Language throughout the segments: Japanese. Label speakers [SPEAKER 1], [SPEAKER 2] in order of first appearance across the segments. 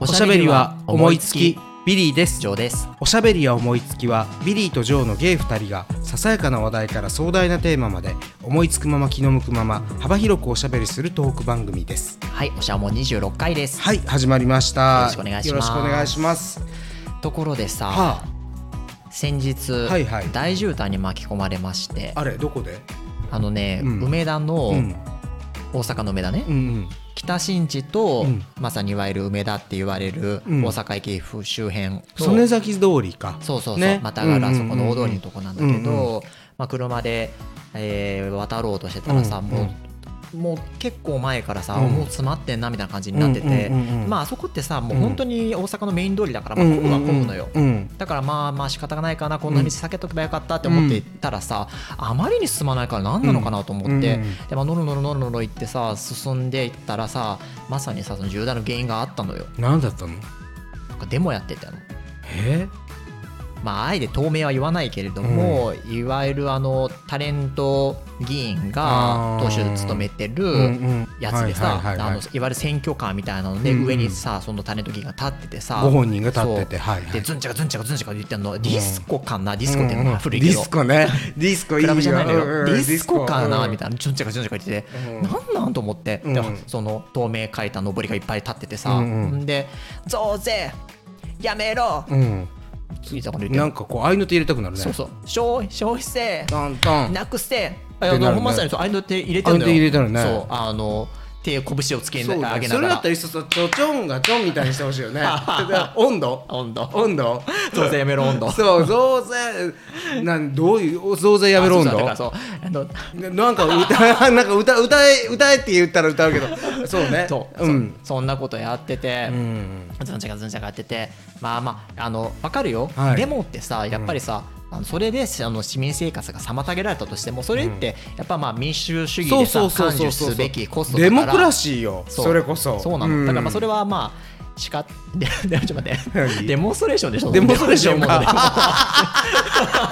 [SPEAKER 1] おしゃべりは思いつきビリーです
[SPEAKER 2] 以上です
[SPEAKER 1] おしゃべりは思いつきはビリーとジョーのゲイ2人がささやかな話題から壮大なテーマまで思いつくまま気の向くまま幅広くおしゃべりするトーク番組です
[SPEAKER 2] はいおしゃも26回です、
[SPEAKER 1] はい始まりまし
[SPEAKER 2] よろ
[SPEAKER 1] た
[SPEAKER 2] しくお願いします
[SPEAKER 1] よろしくお願いします
[SPEAKER 2] ところでさ、
[SPEAKER 1] は
[SPEAKER 2] 先日、
[SPEAKER 1] はいはい
[SPEAKER 2] 大渋滞に巻き込まれまして
[SPEAKER 1] あ、あれどこで
[SPEAKER 2] あのね、
[SPEAKER 1] うん
[SPEAKER 2] 梅田の、
[SPEAKER 1] うん
[SPEAKER 2] 大阪の梅田ね、
[SPEAKER 1] うん
[SPEAKER 2] 北新地と、
[SPEAKER 1] うん
[SPEAKER 2] まさにいわゆる梅田って言われる
[SPEAKER 1] うん
[SPEAKER 2] 大阪駅府周辺の、
[SPEAKER 1] 曽根崎通りか
[SPEAKER 2] そうそうそう、
[SPEAKER 1] ね
[SPEAKER 2] またが
[SPEAKER 1] うんう
[SPEAKER 2] ら
[SPEAKER 1] んうん
[SPEAKER 2] そこの大通りのとこなんだけど、
[SPEAKER 1] うん
[SPEAKER 2] まあ、車で、えー渡ろうとしてたらさ、
[SPEAKER 1] うん
[SPEAKER 2] もうもう結構前からさ、
[SPEAKER 1] うん
[SPEAKER 2] もう詰まってんなみたいな感じになってて、
[SPEAKER 1] うんうんうんうん
[SPEAKER 2] まああそこってさもううん本当に大阪のメイン通りだから、まあ、混むは混むのよ。
[SPEAKER 1] うんうん
[SPEAKER 2] だからまあまあ仕方がないかなこんな道避けとけばよかったって思って行ったらさ、あまりに進まないから何なのかなと思って、
[SPEAKER 1] うんうん
[SPEAKER 2] でまあのろのろのろのろ行ってさ進んでいったらさまさにさその重大な原因があったのよ
[SPEAKER 1] 何だったの
[SPEAKER 2] なんかデモやってたの
[SPEAKER 1] え
[SPEAKER 2] まああえて透明は言わないけれども、いわゆるあのタレント議員が
[SPEAKER 1] あー
[SPEAKER 2] 党首務めてる、
[SPEAKER 1] うん
[SPEAKER 2] やつでさ、
[SPEAKER 1] はいはいはいはい
[SPEAKER 2] あのいわゆる選挙カーみたいなので、
[SPEAKER 1] うんうん
[SPEAKER 2] 上にさそのタレント議員が立っててさ
[SPEAKER 1] ご本人が立ってて
[SPEAKER 2] そう
[SPEAKER 1] はいはい
[SPEAKER 2] でズンチャカズンチャカズンチャカ言ってんのディスコかな、ディスコって
[SPEAKER 1] うんうん
[SPEAKER 2] 古い
[SPEAKER 1] デ
[SPEAKER 2] け
[SPEAKER 1] ィ
[SPEAKER 2] ど、
[SPEAKER 1] スコねディスコ
[SPEAKER 2] ク
[SPEAKER 1] いいよ
[SPEAKER 2] ラブじゃないのよ、
[SPEAKER 1] うんうん
[SPEAKER 2] ディスコかな、
[SPEAKER 1] うん
[SPEAKER 2] みたいなちょんちゃかちょんちゃか言ってて、
[SPEAKER 1] うん
[SPEAKER 2] なんなんと思って、で
[SPEAKER 1] うん
[SPEAKER 2] その透明書いた上りがいっぱい立っててさ、
[SPEAKER 1] うんうん
[SPEAKER 2] んで「増税やめろ!
[SPEAKER 1] うん」
[SPEAKER 2] ついたこと言って
[SPEAKER 1] なん
[SPEAKER 2] る
[SPEAKER 1] かこうああいうのって入れたくなるね
[SPEAKER 2] そうそう消費消費税
[SPEAKER 1] トントン
[SPEAKER 2] なくせあ
[SPEAKER 1] っ
[SPEAKER 2] い
[SPEAKER 1] て
[SPEAKER 2] や
[SPEAKER 1] なるね
[SPEAKER 2] ほんまさにそうああいうの手入れてるのよ
[SPEAKER 1] ああいうの手入れたのね
[SPEAKER 2] そうあの手拳をつけ上
[SPEAKER 1] そ
[SPEAKER 2] げ
[SPEAKER 1] う
[SPEAKER 2] な
[SPEAKER 1] だ
[SPEAKER 2] が
[SPEAKER 1] ね
[SPEAKER 2] ら
[SPEAKER 1] それだったらいっそそうちょちょんがちょんみたいにしてほしいよね だから温度
[SPEAKER 2] 温度
[SPEAKER 1] 温度
[SPEAKER 2] 増税やめろ温度
[SPEAKER 1] そう増税なんどういう増税やめろ温
[SPEAKER 2] あそうそうだからそう
[SPEAKER 1] 度
[SPEAKER 2] あの
[SPEAKER 1] ななんか歌 なんか歌歌え歌えって言ったら歌うけどそうね
[SPEAKER 2] そう
[SPEAKER 1] う
[SPEAKER 2] そ
[SPEAKER 1] ん
[SPEAKER 2] そんなことやってて、
[SPEAKER 1] うん
[SPEAKER 2] ズンチャカズンチャカやっててまあまああの分かるよ、
[SPEAKER 1] はい
[SPEAKER 2] デモってさやっぱりさ、あのそれであの市民生活が妨げられたとしてもそれってやっぱまあ民主主義
[SPEAKER 1] そう
[SPEAKER 2] でさ
[SPEAKER 1] そうそう
[SPEAKER 2] 感受
[SPEAKER 1] そうそう
[SPEAKER 2] すべきコストだ
[SPEAKER 1] デ
[SPEAKER 2] から
[SPEAKER 1] モクラシーよ
[SPEAKER 2] そう
[SPEAKER 1] それこそ
[SPEAKER 2] そうなの、だからまあそれ
[SPEAKER 1] は
[SPEAKER 2] はまあしかででちょっと待って
[SPEAKER 1] 何
[SPEAKER 2] デモンストレーションでしょ
[SPEAKER 1] デモンストレーションか
[SPEAKER 2] デモン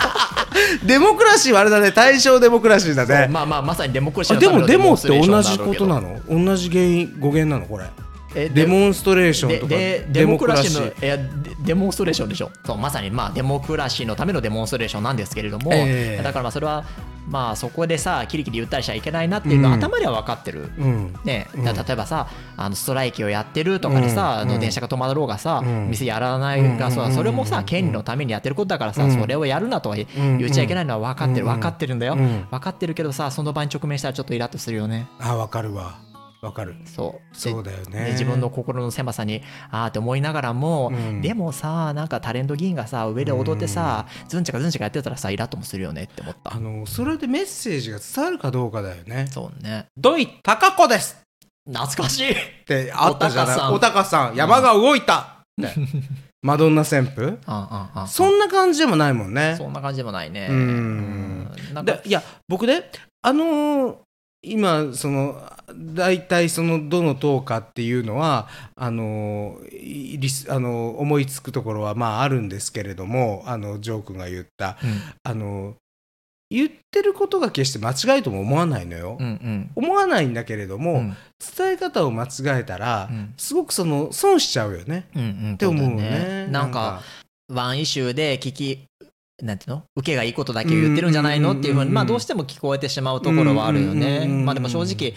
[SPEAKER 2] ストレーション
[SPEAKER 1] デモクラシーはあれだね対象デモクラシーだね
[SPEAKER 2] まあまあまさにデモクラシー
[SPEAKER 1] あ
[SPEAKER 2] の
[SPEAKER 1] で
[SPEAKER 2] ため
[SPEAKER 1] も
[SPEAKER 2] の
[SPEAKER 1] デモ
[SPEAKER 2] ン
[SPEAKER 1] っ
[SPEAKER 2] ス
[SPEAKER 1] て
[SPEAKER 2] トレーション
[SPEAKER 1] 同
[SPEAKER 2] んだ
[SPEAKER 1] じ
[SPEAKER 2] ろう
[SPEAKER 1] こ
[SPEAKER 2] け
[SPEAKER 1] と
[SPEAKER 2] ど
[SPEAKER 1] なの同じ原因語源なのこれ
[SPEAKER 2] え
[SPEAKER 1] デモンストレーション
[SPEAKER 2] で
[SPEAKER 1] とか
[SPEAKER 2] でデモクラシーのいやデデモンストレーションでしょそうまさにまあデモクラシーのためのデモンストレーションなんですけれども、
[SPEAKER 1] ええ
[SPEAKER 2] だからまあそれはまあそこでさキリキリ言ったりしちゃいけないなっていうのは
[SPEAKER 1] うん
[SPEAKER 2] 頭では分かってる。
[SPEAKER 1] うん
[SPEAKER 2] ね
[SPEAKER 1] うん
[SPEAKER 2] だから例えばさあのストライキをやってるとかでさ、
[SPEAKER 1] うん
[SPEAKER 2] あの電車が止まろうがさ、
[SPEAKER 1] うん
[SPEAKER 2] 店やらないがさ、
[SPEAKER 1] うん
[SPEAKER 2] それもさ権利のためにやってることだからさ、
[SPEAKER 1] うん
[SPEAKER 2] それをやるなとは言
[SPEAKER 1] うん
[SPEAKER 2] 言っちゃいけないのは分かってる、
[SPEAKER 1] うん
[SPEAKER 2] 分かってるんだよ、
[SPEAKER 1] うん
[SPEAKER 2] 分かってるけどさその場に直面したらちょっとイラッとするよね
[SPEAKER 1] あわかるわわかる
[SPEAKER 2] そうで
[SPEAKER 1] そうだよね
[SPEAKER 2] で自分の心の狭さにああって思いながらも、
[SPEAKER 1] うん
[SPEAKER 2] でもさなんかタレント議員がさ上で踊ってさ、ずんちゃかずんちゃかやってたらさイラッともするよねって思った
[SPEAKER 1] あのそれでメッセージが伝わるかどうかだよね
[SPEAKER 2] そうね
[SPEAKER 1] 土井高子です
[SPEAKER 2] 懐かしい
[SPEAKER 1] ってあったじゃな
[SPEAKER 2] お
[SPEAKER 1] い
[SPEAKER 2] たかさん
[SPEAKER 1] おたかさん山が動いた ってマドンナ旋風
[SPEAKER 2] あんあんあん
[SPEAKER 1] そんな感じでもないもんね
[SPEAKER 2] そんな感じでもないね
[SPEAKER 1] うん
[SPEAKER 2] うんなんか
[SPEAKER 1] でいや僕ねあのー今その大体そのどの党かっていうのはあのーいリスあのー思いつくところはまああるんですけれどもあのジョー君が言ったあのー言ってることが決して間違いとも思わないのよ、
[SPEAKER 2] うんうん
[SPEAKER 1] 思わないんだけれども、
[SPEAKER 2] うんうん
[SPEAKER 1] 伝え方を間違えたら、
[SPEAKER 2] うん
[SPEAKER 1] すごくその損しちゃうよね
[SPEAKER 2] うんうん
[SPEAKER 1] って思う
[SPEAKER 2] そ
[SPEAKER 1] ね
[SPEAKER 2] だなんかワンイシューで聞きなんていうの受けがいいことだけ言ってるんじゃないのっていうふう
[SPEAKER 1] うんうんうん
[SPEAKER 2] に
[SPEAKER 1] うん
[SPEAKER 2] まあどうしても聞こえてしまうところはあるよ
[SPEAKER 1] うんうんう
[SPEAKER 2] ね
[SPEAKER 1] んうん
[SPEAKER 2] まあでも正直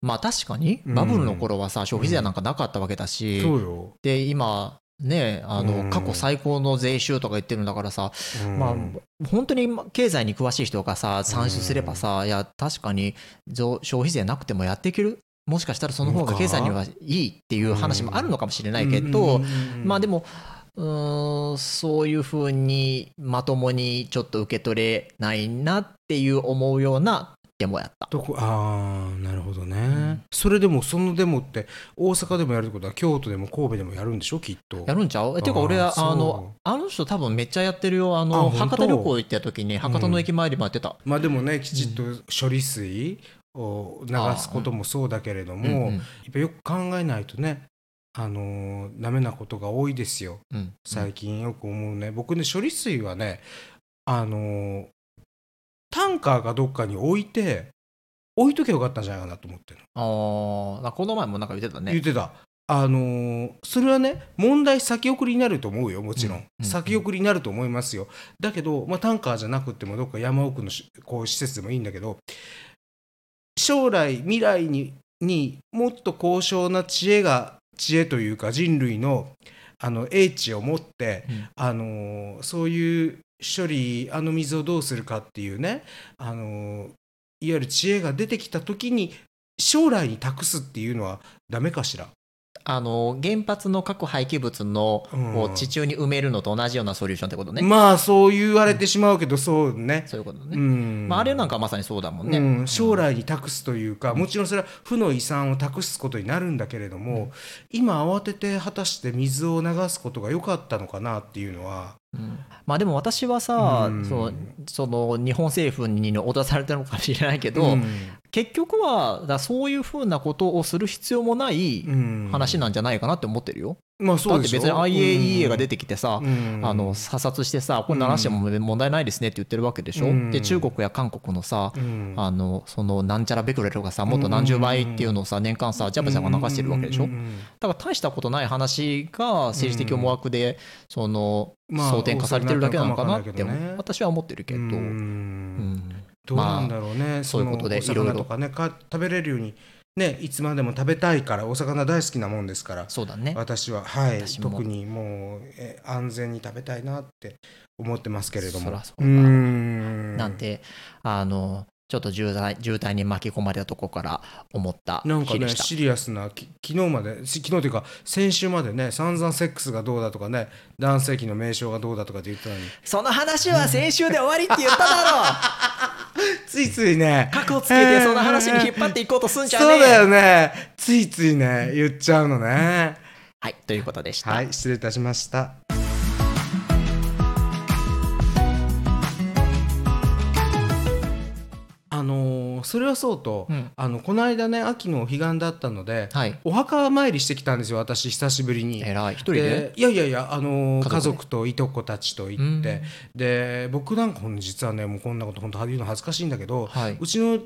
[SPEAKER 2] まあ確かに
[SPEAKER 1] うん
[SPEAKER 2] バブルの頃はさ消費税なんかなかったわけだし
[SPEAKER 1] そうよ、
[SPEAKER 2] で今ねあの、
[SPEAKER 1] うん
[SPEAKER 2] 過去最高の税収とか言ってるんだからさ、
[SPEAKER 1] うん
[SPEAKER 2] まあ本当に経済に詳しい人がさ算出すればさ、いや確かに増消費税なくてもやっていけるもしかしたらその方が経済にはいいっていう話もあるのかもしれないけど、
[SPEAKER 1] うんうんうんうん
[SPEAKER 2] まあでもうーんそういうふうにまともにちょっと受け取れないなっていう思うようなデモやった。
[SPEAKER 1] とこああなるほどね、
[SPEAKER 2] ん
[SPEAKER 1] それでもそのデモって大阪でもやるってことは京都でも神戸でもやるんでしょきっと
[SPEAKER 2] やるんちゃう
[SPEAKER 1] あ
[SPEAKER 2] え
[SPEAKER 1] ー
[SPEAKER 2] ていうか俺あ
[SPEAKER 1] そう
[SPEAKER 2] のあの人多分めっちゃやってるよあ
[SPEAKER 1] あ
[SPEAKER 2] の
[SPEAKER 1] 本当
[SPEAKER 2] 博多旅行行った時に博多の駅前でもやってた、
[SPEAKER 1] まあでもねきちっと処理水を流すこともそうだけれども、
[SPEAKER 2] うん
[SPEAKER 1] やっぱよく考えないとねあのーダメなことが多いですよ
[SPEAKER 2] うんうん
[SPEAKER 1] 最近よく思うね、僕ね処理水はねあのータンカーがどっかに置いて置いときゃよかったんじゃないかなと思ってるの、
[SPEAKER 2] ああこの前もなんか言ってた
[SPEAKER 1] 言っ
[SPEAKER 2] ね
[SPEAKER 1] てたあのーそれはね問題先送りになると思うよもちろん、
[SPEAKER 2] うんうん
[SPEAKER 1] 先送りになると思いますよだけど、まあ、タンカーじゃなくってもどっか山奥のしこう施設でもいいんだけど将来未来ににもっと高尚な知恵が知恵というか人類のあの英知を持って、
[SPEAKER 2] うん
[SPEAKER 1] あのーそういう処理あの水をどうするかっていうね、あのーいわゆる知恵が出てきた時に将来に託すっていうのはダメかしら。
[SPEAKER 2] あの原発の核廃棄物の
[SPEAKER 1] うん
[SPEAKER 2] を地中に埋めるのと同じようなソリューションってことね、
[SPEAKER 1] まあそう言われてしまうけどそうね。
[SPEAKER 2] そういうこと
[SPEAKER 1] う
[SPEAKER 2] ね、
[SPEAKER 1] ん
[SPEAKER 2] まあ、あれなんかまさにそうだもんね、
[SPEAKER 1] うん、将来に託すというか、もちろんそれは負の遺産を託すことになるんだけれども、今慌てて果たして水を流すことが良かったのかなっていうのは、
[SPEAKER 2] うんまあでも私はさ、
[SPEAKER 1] うん
[SPEAKER 2] そうその日本政府に脅されたのかもしれないけど、結局はだそういうふうなことをする必要もない
[SPEAKER 1] うん
[SPEAKER 2] 話なんじゃないかなって思ってるよ。
[SPEAKER 1] まあそ
[SPEAKER 2] だ
[SPEAKER 1] う
[SPEAKER 2] って
[SPEAKER 1] でしょ
[SPEAKER 2] 別に IAEA が出てきてさ、
[SPEAKER 1] うん
[SPEAKER 2] あの査察してさこれ鳴らしても問題ないですねって言ってるわけでしょ。
[SPEAKER 1] うん
[SPEAKER 2] で中国や韓国のさ
[SPEAKER 1] うん
[SPEAKER 2] あのそのなんちゃらベクレルがさもっと何十倍っていうのをさ年間さジャバジャバ流してるわけでしょ
[SPEAKER 1] うんうんうん
[SPEAKER 2] だから大したことない話が政治的思惑でその
[SPEAKER 1] まあ
[SPEAKER 2] 争点化されてるだけなのかなって
[SPEAKER 1] 大騒ぎになったのかもわかんないけどね
[SPEAKER 2] 私は思ってるけど、
[SPEAKER 1] う
[SPEAKER 2] うんん
[SPEAKER 1] どうなんだろうね、
[SPEAKER 2] そういうことで
[SPEAKER 1] お
[SPEAKER 2] いろい
[SPEAKER 1] 魚
[SPEAKER 2] ろ
[SPEAKER 1] とかねか食べれるようにねいつまでも食べたいからお魚大好きなもんですから
[SPEAKER 2] そうだね。
[SPEAKER 1] 私ははい
[SPEAKER 2] 私も
[SPEAKER 1] 特にもうえ安全に食べたいなって思ってますけれども
[SPEAKER 2] そらそうだ
[SPEAKER 1] ん
[SPEAKER 2] なんてあのちょっと渋滞渋滞に巻き込まれたとこから思った
[SPEAKER 1] なんか
[SPEAKER 2] 日で
[SPEAKER 1] ね
[SPEAKER 2] した。
[SPEAKER 1] シリアスなき昨日までし昨日というか先週までね散々セックスがどうだとかね男性器の名称がどうだとかって言ってたのに
[SPEAKER 2] その話は先週で終わりって言っただ
[SPEAKER 1] ついついね
[SPEAKER 2] ろ核をつけてその話に引っ張っていこうとすんじゃねえ
[SPEAKER 1] そうだよねついついね言っちゃうのね
[SPEAKER 2] はいということでした。
[SPEAKER 1] はい失礼いたしましたあのーそれはそうと、
[SPEAKER 2] うん
[SPEAKER 1] あのこの間ね秋のお彼岸だったので、
[SPEAKER 2] はい
[SPEAKER 1] お墓参りしてきたんですよ私久しぶりに。
[SPEAKER 2] えらい一人で
[SPEAKER 1] でいやいやいや、あ
[SPEAKER 2] 家
[SPEAKER 1] のー
[SPEAKER 2] 族で
[SPEAKER 1] 家族といとこたちと行ってで僕なんかほんと実はねもうこんなこと本当言うの恥ずかしいんだけど、
[SPEAKER 2] はいう
[SPEAKER 1] ちの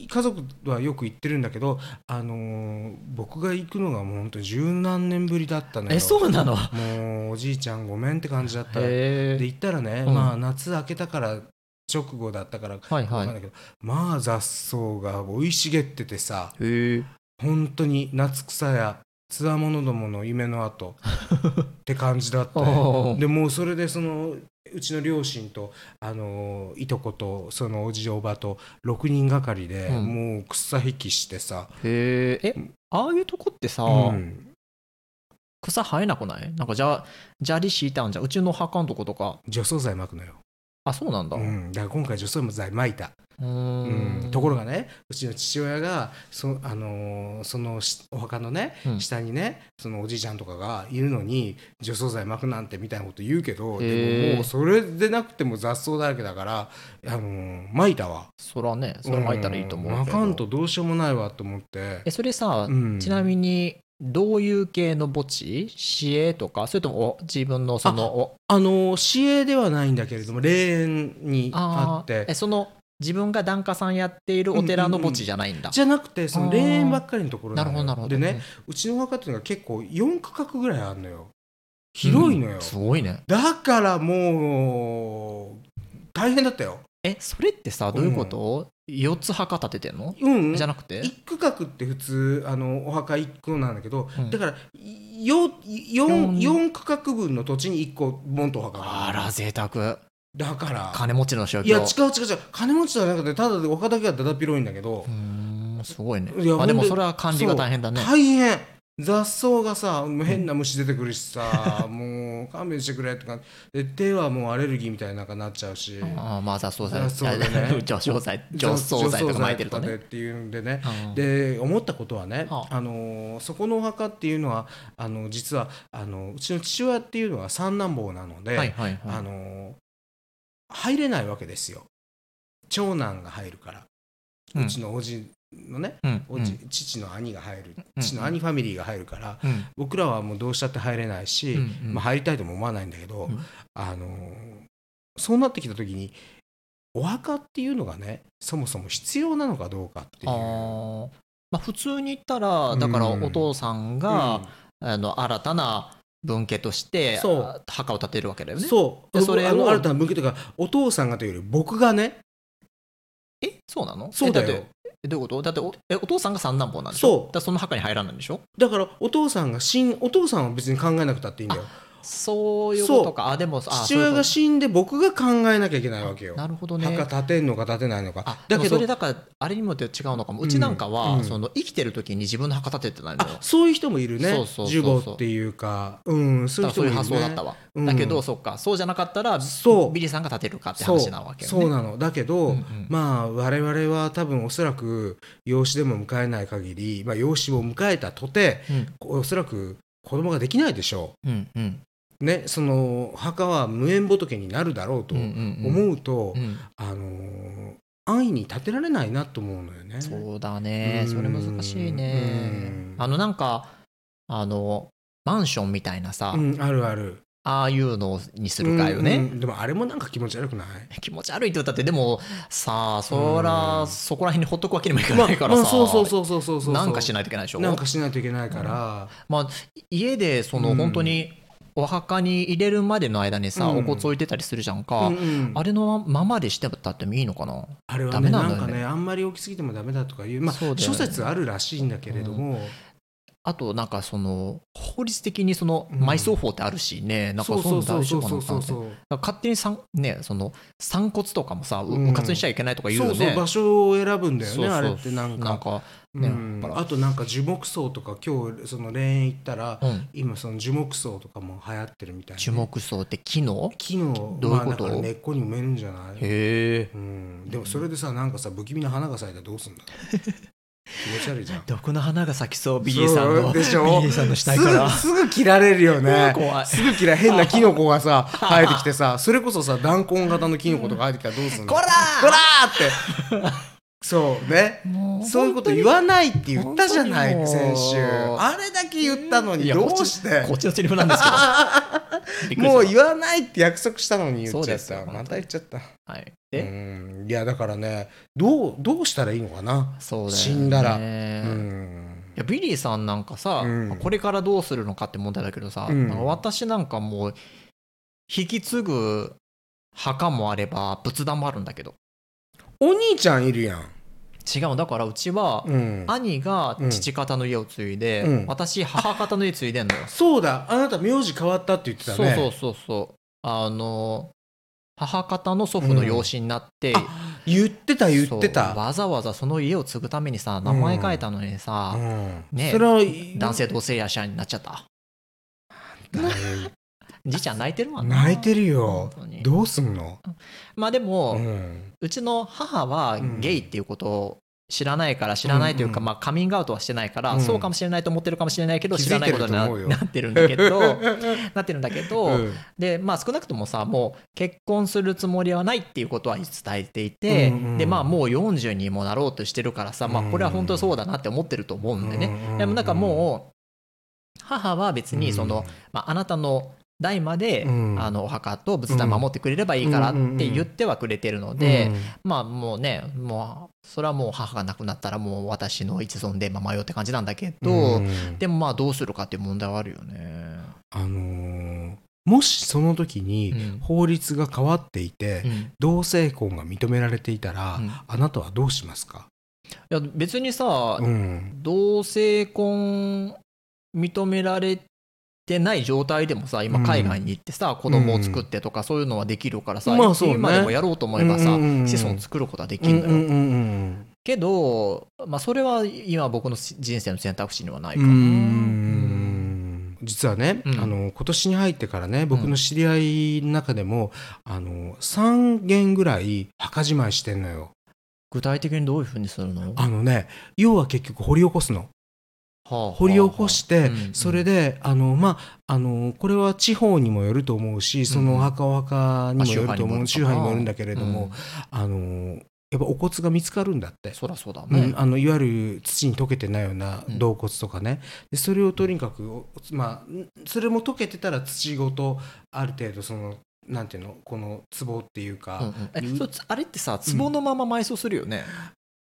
[SPEAKER 1] 家族はよく行ってるんだけど、あのー僕が行くのがもう本当十何年ぶりだったのよ
[SPEAKER 2] えそうなの
[SPEAKER 1] もうおじいちゃんごめんって感じだったの
[SPEAKER 2] へ
[SPEAKER 1] で行ったらね、
[SPEAKER 2] うん
[SPEAKER 1] まあ夏明けたから直後だったから
[SPEAKER 2] はいは
[SPEAKER 1] わ
[SPEAKER 2] い
[SPEAKER 1] かんないけど、まあ雑草が生い茂っててさ
[SPEAKER 2] えー、
[SPEAKER 1] 本当に夏草やつわものどもの夢の後って感じだっ た
[SPEAKER 2] お
[SPEAKER 1] よ
[SPEAKER 2] ー
[SPEAKER 1] でもうそれでそのうちの両親とあのいとことそのおじおばと6人がかりで、
[SPEAKER 2] うん
[SPEAKER 1] もう草引きしてさ、
[SPEAKER 2] えー、えああいうとこってさ、
[SPEAKER 1] うん
[SPEAKER 2] 草生えなくないなんかじゃ砂利敷いたんじゃんうちの墓のとことか
[SPEAKER 1] 除草剤撒くのよ、
[SPEAKER 2] あそうなんだ
[SPEAKER 1] う、
[SPEAKER 2] うん
[SPEAKER 1] だから今回除草剤撒いた
[SPEAKER 2] ーん
[SPEAKER 1] うんところがねうちの父親がそ,、あのーそのしお墓のね、
[SPEAKER 2] うん
[SPEAKER 1] 下にねそのおじいちゃんとかがいるのに除草剤撒くなんてみたいなこと言うけ
[SPEAKER 2] へ
[SPEAKER 1] どで
[SPEAKER 2] ー
[SPEAKER 1] ももうそれでなくても雑草だらけだから、あのー撒いたわ
[SPEAKER 2] そらねそれ巻いたらいいと思うけど
[SPEAKER 1] ん撒かんとどうしようもないわと思って
[SPEAKER 2] えそれさ、
[SPEAKER 1] うん
[SPEAKER 2] ちなみにどういう系の墓地市営とかそれともお自分のそのお
[SPEAKER 1] あのー市営ではないんだけれども霊園にあっ
[SPEAKER 2] ーえ
[SPEAKER 1] て
[SPEAKER 2] その自分が檀家さんやっているお寺の墓地じゃないんだ、
[SPEAKER 1] じゃなくてそ
[SPEAKER 2] あ
[SPEAKER 1] の
[SPEAKER 2] ー
[SPEAKER 1] 霊園ばっかりのところ
[SPEAKER 2] な
[SPEAKER 1] な
[SPEAKER 2] る
[SPEAKER 1] の
[SPEAKER 2] ほど
[SPEAKER 1] よ
[SPEAKER 2] なるほど
[SPEAKER 1] でねうちのお墓っていうのが結構4区画ぐらいあるのよ広いのよ、
[SPEAKER 2] うんすごいね
[SPEAKER 1] だからもう大変だったよ。
[SPEAKER 2] えそれってさどういうこと、四4つ墓立ててんの、
[SPEAKER 1] うん、
[SPEAKER 2] じゃ
[SPEAKER 1] 一
[SPEAKER 2] なくて
[SPEAKER 1] 区画って普通あのお墓一個なんだけど、
[SPEAKER 2] うん
[SPEAKER 1] だからよ
[SPEAKER 2] 四
[SPEAKER 1] 四四区画分の土地に一個ボンとお墓が
[SPEAKER 2] あら贅沢
[SPEAKER 1] だから
[SPEAKER 2] 金持ちの宗教
[SPEAKER 1] いや違う違う違う金持ちじゃなくてただでお墓だけはだだっ広いんだけど
[SPEAKER 2] う、ーんすごいね
[SPEAKER 1] いや
[SPEAKER 2] あでも
[SPEAKER 1] ほんで
[SPEAKER 2] それは管理が大変だね
[SPEAKER 1] 大変雑草がさもう変な虫出てくるしさ、 もう勘弁してくれとかで手はもうアレルギーみたいになんかなっちゃうし。
[SPEAKER 2] あーまあ雑草剤
[SPEAKER 1] 雑草剤ね
[SPEAKER 2] 除草剤除草剤とか巻いてるとね
[SPEAKER 1] 除草剤とかでっていうんでね、
[SPEAKER 2] うん
[SPEAKER 1] で思ったことはね、
[SPEAKER 2] は
[SPEAKER 1] あのーそこのお墓っていうのはあの実はあのうちの父親っていうのは三男坊なので、
[SPEAKER 2] はいはいはい
[SPEAKER 1] あのー入れないわけですよ長男が入るから、うちのおじのね
[SPEAKER 2] うん
[SPEAKER 1] おじ、父の兄が入る
[SPEAKER 2] うん
[SPEAKER 1] 父の兄ファミリーが入るから、
[SPEAKER 2] うんうん
[SPEAKER 1] 僕らはもうどうしたって入れないし、
[SPEAKER 2] うんうん
[SPEAKER 1] まあ、入りたいとも思わないんだけど、
[SPEAKER 2] うん
[SPEAKER 1] あのーそうなってきた時にお墓っていうのがねそもそも必要なのかどうかっていう。
[SPEAKER 2] あーまあ、普通に言ったらだから
[SPEAKER 1] うん
[SPEAKER 2] お父さん
[SPEAKER 1] うん
[SPEAKER 2] が、あの新たな分家として
[SPEAKER 1] そう
[SPEAKER 2] 墓を建てるわけだよね。
[SPEAKER 1] そう
[SPEAKER 2] でそれを
[SPEAKER 1] あの新たな文献というかお父さんがというより僕がね
[SPEAKER 2] えそうなの
[SPEAKER 1] そうだよ
[SPEAKER 2] えってえどういうことだっておえお父さんが三男坊なんでしょ
[SPEAKER 1] そう
[SPEAKER 2] だからその墓に入らないんでしょ
[SPEAKER 1] だからお父さんが死んお父さんは別に考えなくたっていいんだよ
[SPEAKER 2] そういうことか。あでもあ
[SPEAKER 1] 父親が
[SPEAKER 2] そう
[SPEAKER 1] 死んで僕が考えなきゃいけないわけ
[SPEAKER 2] いうこ
[SPEAKER 1] よ
[SPEAKER 2] となるほどね。
[SPEAKER 1] 墓建てんのか建てないのか
[SPEAKER 2] あだ
[SPEAKER 1] だ
[SPEAKER 2] け
[SPEAKER 1] け
[SPEAKER 2] ど
[SPEAKER 1] ど
[SPEAKER 2] それだからあれにもよって違うのかもうちなんかは、
[SPEAKER 1] うんうん
[SPEAKER 2] その生きてる時に自分の墓建ててないのよ
[SPEAKER 1] あそういう人もいるね
[SPEAKER 2] そうそうそう
[SPEAKER 1] 呪
[SPEAKER 2] そう
[SPEAKER 1] 語っていうかうんそう
[SPEAKER 2] だ
[SPEAKER 1] い
[SPEAKER 2] か
[SPEAKER 1] う
[SPEAKER 2] らそ
[SPEAKER 1] 人
[SPEAKER 2] うい
[SPEAKER 1] もいうる、ね、
[SPEAKER 2] 発想だったわ、
[SPEAKER 1] うん
[SPEAKER 2] だけどそっかそうじゃなかったら
[SPEAKER 1] そう
[SPEAKER 2] ビリーさんが建てるかって
[SPEAKER 1] そう
[SPEAKER 2] 話なわけよね
[SPEAKER 1] そうなのだけど、
[SPEAKER 2] うんうん
[SPEAKER 1] まあ我々は多分おそらく養子でも迎えない限り、まあ、養子を迎えたとて
[SPEAKER 2] うん
[SPEAKER 1] おそらく子供ができないでしょ
[SPEAKER 2] うんうん
[SPEAKER 1] うねその墓は無縁仏になるだろうと
[SPEAKER 2] うんうんうん
[SPEAKER 1] 思うと、
[SPEAKER 2] うん
[SPEAKER 1] あのー安易に立てられないなと思うのよね。
[SPEAKER 2] そうだね
[SPEAKER 1] うん
[SPEAKER 2] それ難しいね
[SPEAKER 1] うん
[SPEAKER 2] あのなんかあのマンションみたいなさ、
[SPEAKER 1] うん、あるある。
[SPEAKER 2] ああいうのにするかよね、
[SPEAKER 1] うんうんでもあれもなんか気持ち悪くない
[SPEAKER 2] 気持ち悪いって言ったってでもさあそら、
[SPEAKER 1] うん
[SPEAKER 2] そこら辺にほっとくわけにもいか
[SPEAKER 1] まあ
[SPEAKER 2] ないからさ、
[SPEAKER 1] まあそうそうそうそうそうそう。
[SPEAKER 2] なんかしないいといけないでしょ
[SPEAKER 1] なんかしないといけないから。
[SPEAKER 2] まあ、家でその
[SPEAKER 1] うん
[SPEAKER 2] 本当にお墓に入れるまでの間にさ、
[SPEAKER 1] うん
[SPEAKER 2] お骨置いてたりするじゃんか、
[SPEAKER 1] うんうん
[SPEAKER 2] あれのままでしてたってもいいのかな
[SPEAKER 1] あれは
[SPEAKER 2] ダ
[SPEAKER 1] ね
[SPEAKER 2] メな
[SPEAKER 1] なん
[SPEAKER 2] だよ
[SPEAKER 1] ん
[SPEAKER 2] ね
[SPEAKER 1] かねあんまり大きすぎてもダメだとかいうまあ
[SPEAKER 2] そうだよね
[SPEAKER 1] 諸説あるらしいんだけれども、
[SPEAKER 2] あとなんかその法律的にその
[SPEAKER 1] うん
[SPEAKER 2] 埋葬法ってあるしね、なんかそういうの大丈夫かなと思って
[SPEAKER 1] う
[SPEAKER 2] だから勝手にさんねその散骨とかもさう
[SPEAKER 1] うん
[SPEAKER 2] うかつにしちゃいけないとか言う
[SPEAKER 1] そ
[SPEAKER 2] よ
[SPEAKER 1] うそう
[SPEAKER 2] ね
[SPEAKER 1] 場所を選ぶんだよね
[SPEAKER 2] そうそう
[SPEAKER 1] あれってなんか
[SPEAKER 2] なんか
[SPEAKER 1] う
[SPEAKER 2] ね
[SPEAKER 1] ん
[SPEAKER 2] やっぱ
[SPEAKER 1] あとなんか樹木葬とか今日その霊園行ったら、
[SPEAKER 2] うん
[SPEAKER 1] 今その樹木葬とかも流行ってるみたいな
[SPEAKER 2] 樹木葬って木の
[SPEAKER 1] 木の
[SPEAKER 2] どういうこと
[SPEAKER 1] まあ、なんか根っこに埋めるんじゃない、
[SPEAKER 2] へえ
[SPEAKER 1] うん、でもそれでさなんかさ不気味な花が咲いたらどうす んだ気持ち悪いじゃん
[SPEAKER 2] どこの花が咲きそうビリーさん
[SPEAKER 1] そ
[SPEAKER 2] の
[SPEAKER 1] う
[SPEAKER 2] ビ
[SPEAKER 1] で
[SPEAKER 2] リ
[SPEAKER 1] しょ
[SPEAKER 2] ーさんの死体から
[SPEAKER 1] すぐすぐ切られるよね
[SPEAKER 2] 怖い
[SPEAKER 1] すぐ切ら変なキノコがさ生えてきて さそれこそさ弾痕型のキノコとか生えてきたらどうすんの
[SPEAKER 2] こらー
[SPEAKER 1] こらーってそうね
[SPEAKER 2] も
[SPEAKER 1] そういうこと言わないって言ったじゃな
[SPEAKER 2] 本
[SPEAKER 1] い
[SPEAKER 2] 当にもう
[SPEAKER 1] 先週あれだけ言ったの
[SPEAKER 2] い
[SPEAKER 1] に
[SPEAKER 2] や
[SPEAKER 1] どうして
[SPEAKER 2] こっちのセリフなんですけど。
[SPEAKER 1] もう
[SPEAKER 2] びっくりし
[SPEAKER 1] 言わないって約束したのに言っ
[SPEAKER 2] そう
[SPEAKER 1] ちゃ
[SPEAKER 2] で
[SPEAKER 1] っ
[SPEAKER 2] すよ本
[SPEAKER 1] た
[SPEAKER 2] 当に
[SPEAKER 1] また言っちゃった
[SPEAKER 2] たはい。
[SPEAKER 1] う
[SPEAKER 2] で、
[SPEAKER 1] んいやだからねどうどうしたらいいのかな
[SPEAKER 2] そうだよね
[SPEAKER 1] 死んだらう
[SPEAKER 2] い
[SPEAKER 1] ん
[SPEAKER 2] やビリーさんなんかさ、
[SPEAKER 1] うん
[SPEAKER 2] これからどうするのかって問題だけどさ、
[SPEAKER 1] うん
[SPEAKER 2] なんか私なんかもう引き継ぐ墓もあれば仏壇もあるんだけど
[SPEAKER 1] お兄ちゃんいるやん
[SPEAKER 2] 違うだからうちは
[SPEAKER 1] うん
[SPEAKER 2] 兄が父方の家を継いで、
[SPEAKER 1] うん
[SPEAKER 2] 私母方の家継いでんの よ、
[SPEAKER 1] そうだあなた名字変わったって言ってたね
[SPEAKER 2] そうそうそうそうあの母方の祖父の養子になって、
[SPEAKER 1] うんあ言ってた言って
[SPEAKER 2] そう
[SPEAKER 1] た
[SPEAKER 2] わざわざその家を継ぐためにさ名前変えたのにさ、
[SPEAKER 1] うん
[SPEAKER 2] ねえ
[SPEAKER 1] それは
[SPEAKER 2] 男性同性や者になっちゃった
[SPEAKER 1] だい
[SPEAKER 2] じいちゃん泣いてるわな
[SPEAKER 1] 泣いてるよ
[SPEAKER 2] 本当に
[SPEAKER 1] どうすんの
[SPEAKER 2] まあでも、
[SPEAKER 1] う
[SPEAKER 2] うんちの母は
[SPEAKER 1] うん
[SPEAKER 2] ゲイっていうことを知らないから知らないというか、
[SPEAKER 1] うんうん
[SPEAKER 2] まあカミングアウトはしてないから、
[SPEAKER 1] うん
[SPEAKER 2] そうかもしれないと思ってるかもしれないけど
[SPEAKER 1] 気
[SPEAKER 2] 知
[SPEAKER 1] づ
[SPEAKER 2] ら
[SPEAKER 1] い
[SPEAKER 2] ない
[SPEAKER 1] て
[SPEAKER 2] こと
[SPEAKER 1] ると
[SPEAKER 2] にな
[SPEAKER 1] 思うよ
[SPEAKER 2] なってるんだけどなってるんだけど、
[SPEAKER 1] うん
[SPEAKER 2] でまあ少なくともさもう結婚するつもりはないっていうことは伝えていて、
[SPEAKER 1] うんうん
[SPEAKER 2] でまあもう40にもなろうとしてるからさ、まあ、これは本当そうだなって思ってると思うんでね、
[SPEAKER 1] うんうんうん
[SPEAKER 2] でもなんかもう母は別にその、まあ、あなたの代まで、
[SPEAKER 1] うん
[SPEAKER 2] あのお墓と仏壇守ってくれればいいからっ
[SPEAKER 1] うんうんうん
[SPEAKER 2] て言ってはくれてるの
[SPEAKER 1] うん
[SPEAKER 2] で、まあもうねもうそれはもう母が亡くなったらもう私の一存でまあ迷うって感じなんだけど、
[SPEAKER 1] うん
[SPEAKER 2] でもまあどうするかっていう問題はあるよね。
[SPEAKER 1] あのーもしその時
[SPEAKER 2] うん
[SPEAKER 1] に法律が変わっていて
[SPEAKER 2] うん
[SPEAKER 1] 同性婚が認められていたら
[SPEAKER 2] うん
[SPEAKER 1] あなたはどうしますか
[SPEAKER 2] いや別にさ、
[SPEAKER 1] うん
[SPEAKER 2] 同性婚認められてない状態でもさ今
[SPEAKER 1] うん
[SPEAKER 2] 海外に行ってさ、子供を作ってとかそういうのはできるからさ、
[SPEAKER 1] まあそうね
[SPEAKER 2] 今でもやろうと思えばさ、
[SPEAKER 1] うんうんうん
[SPEAKER 2] 子孫を作ることはでき
[SPEAKER 1] う
[SPEAKER 2] る
[SPEAKER 1] ん
[SPEAKER 2] のよ、
[SPEAKER 1] うんうん
[SPEAKER 2] けど、まあ、それは今僕の人生の選択肢にはないか
[SPEAKER 1] う
[SPEAKER 2] な、
[SPEAKER 1] ーん実はね、
[SPEAKER 2] うん
[SPEAKER 1] あの今年に入ってからね僕の知り合いの中でも、あの3軒ぐらい墓じまいしてんのよ
[SPEAKER 2] 具体的にどういうふうにするの
[SPEAKER 1] あのね要は結局掘り起こすの掘り起こして、それ
[SPEAKER 2] で
[SPEAKER 1] であのまああのこれは地方にもよると思うしそのお墓お墓にもよると思う、
[SPEAKER 2] あ宗
[SPEAKER 1] 宗
[SPEAKER 2] 派
[SPEAKER 1] 派
[SPEAKER 2] に
[SPEAKER 1] に
[SPEAKER 2] も
[SPEAKER 1] も
[SPEAKER 2] よるの
[SPEAKER 1] よるん
[SPEAKER 2] か
[SPEAKER 1] だけれども、、あのやっぱお骨が見つかるんだって
[SPEAKER 2] うんそらそうだ
[SPEAKER 1] う
[SPEAKER 2] ね、
[SPEAKER 1] ん、あのいわゆる土に溶けてないような
[SPEAKER 2] うん
[SPEAKER 1] 洞骨とかね、でそれをとにかくおまあんそれも溶けてたら土ごとある程度そのなんていうのこの壺っていうか、
[SPEAKER 2] うんうんえそうつあれってさ壺のまま埋葬するよね、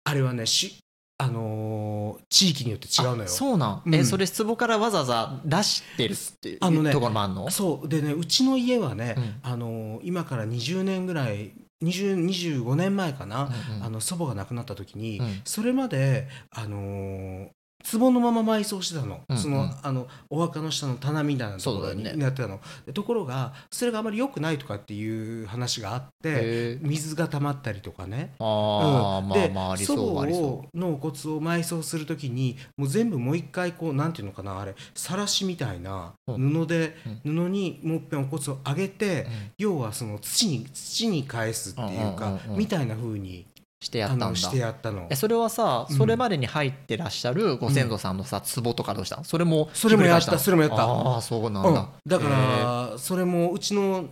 [SPEAKER 1] あれはねしあのー地域によって違うのよ
[SPEAKER 2] あそうなん、
[SPEAKER 1] う
[SPEAKER 2] え
[SPEAKER 1] ん
[SPEAKER 2] それ質問からわざわざ出してるっていう
[SPEAKER 1] あのね
[SPEAKER 2] ところもあんの
[SPEAKER 1] そうでねうちの家はね、
[SPEAKER 2] うん
[SPEAKER 1] あの今から20年ぐらい20 25年前かな、
[SPEAKER 2] うんうん
[SPEAKER 1] あの祖母が亡くなった時に、
[SPEAKER 2] うん
[SPEAKER 1] それまであのー壺のまま埋葬してたの,、
[SPEAKER 2] うんうん
[SPEAKER 1] そのあのお墓の下の棚みたいなとこ
[SPEAKER 2] そう
[SPEAKER 1] ろ
[SPEAKER 2] だよ
[SPEAKER 1] に
[SPEAKER 2] ね
[SPEAKER 1] なってたの、でところがそれがあまり良くないとかっていう話があって
[SPEAKER 2] へー
[SPEAKER 1] 水が溜まったりとかね、
[SPEAKER 2] ああ、
[SPEAKER 1] うん
[SPEAKER 2] まあまああり
[SPEAKER 1] 祖
[SPEAKER 2] そうありそ
[SPEAKER 1] 母のお骨を埋葬するときにもう全部もう一回こうなんていうのかなあれさらしみたいな
[SPEAKER 2] うん
[SPEAKER 1] 布で、布にもう一遍お骨をあげて、
[SPEAKER 2] う、うん
[SPEAKER 1] 要はその土に土に返すっていう
[SPEAKER 2] う
[SPEAKER 1] か、
[SPEAKER 2] んうんうんうん
[SPEAKER 1] みたいな風に
[SPEAKER 2] してや
[SPEAKER 1] あ
[SPEAKER 2] ったん
[SPEAKER 1] の
[SPEAKER 2] だ
[SPEAKER 1] してやったの
[SPEAKER 2] えそれはさ
[SPEAKER 1] うん
[SPEAKER 2] それまでに入ってらっしゃるご先祖さんのさ、壺とかどうしたのそれも
[SPEAKER 1] それもやっ
[SPEAKER 2] ひっくり
[SPEAKER 1] た
[SPEAKER 2] 返
[SPEAKER 1] それもやった
[SPEAKER 2] ああそうなんだ、
[SPEAKER 1] うん、だか
[SPEAKER 2] へー
[SPEAKER 1] らそれもうちの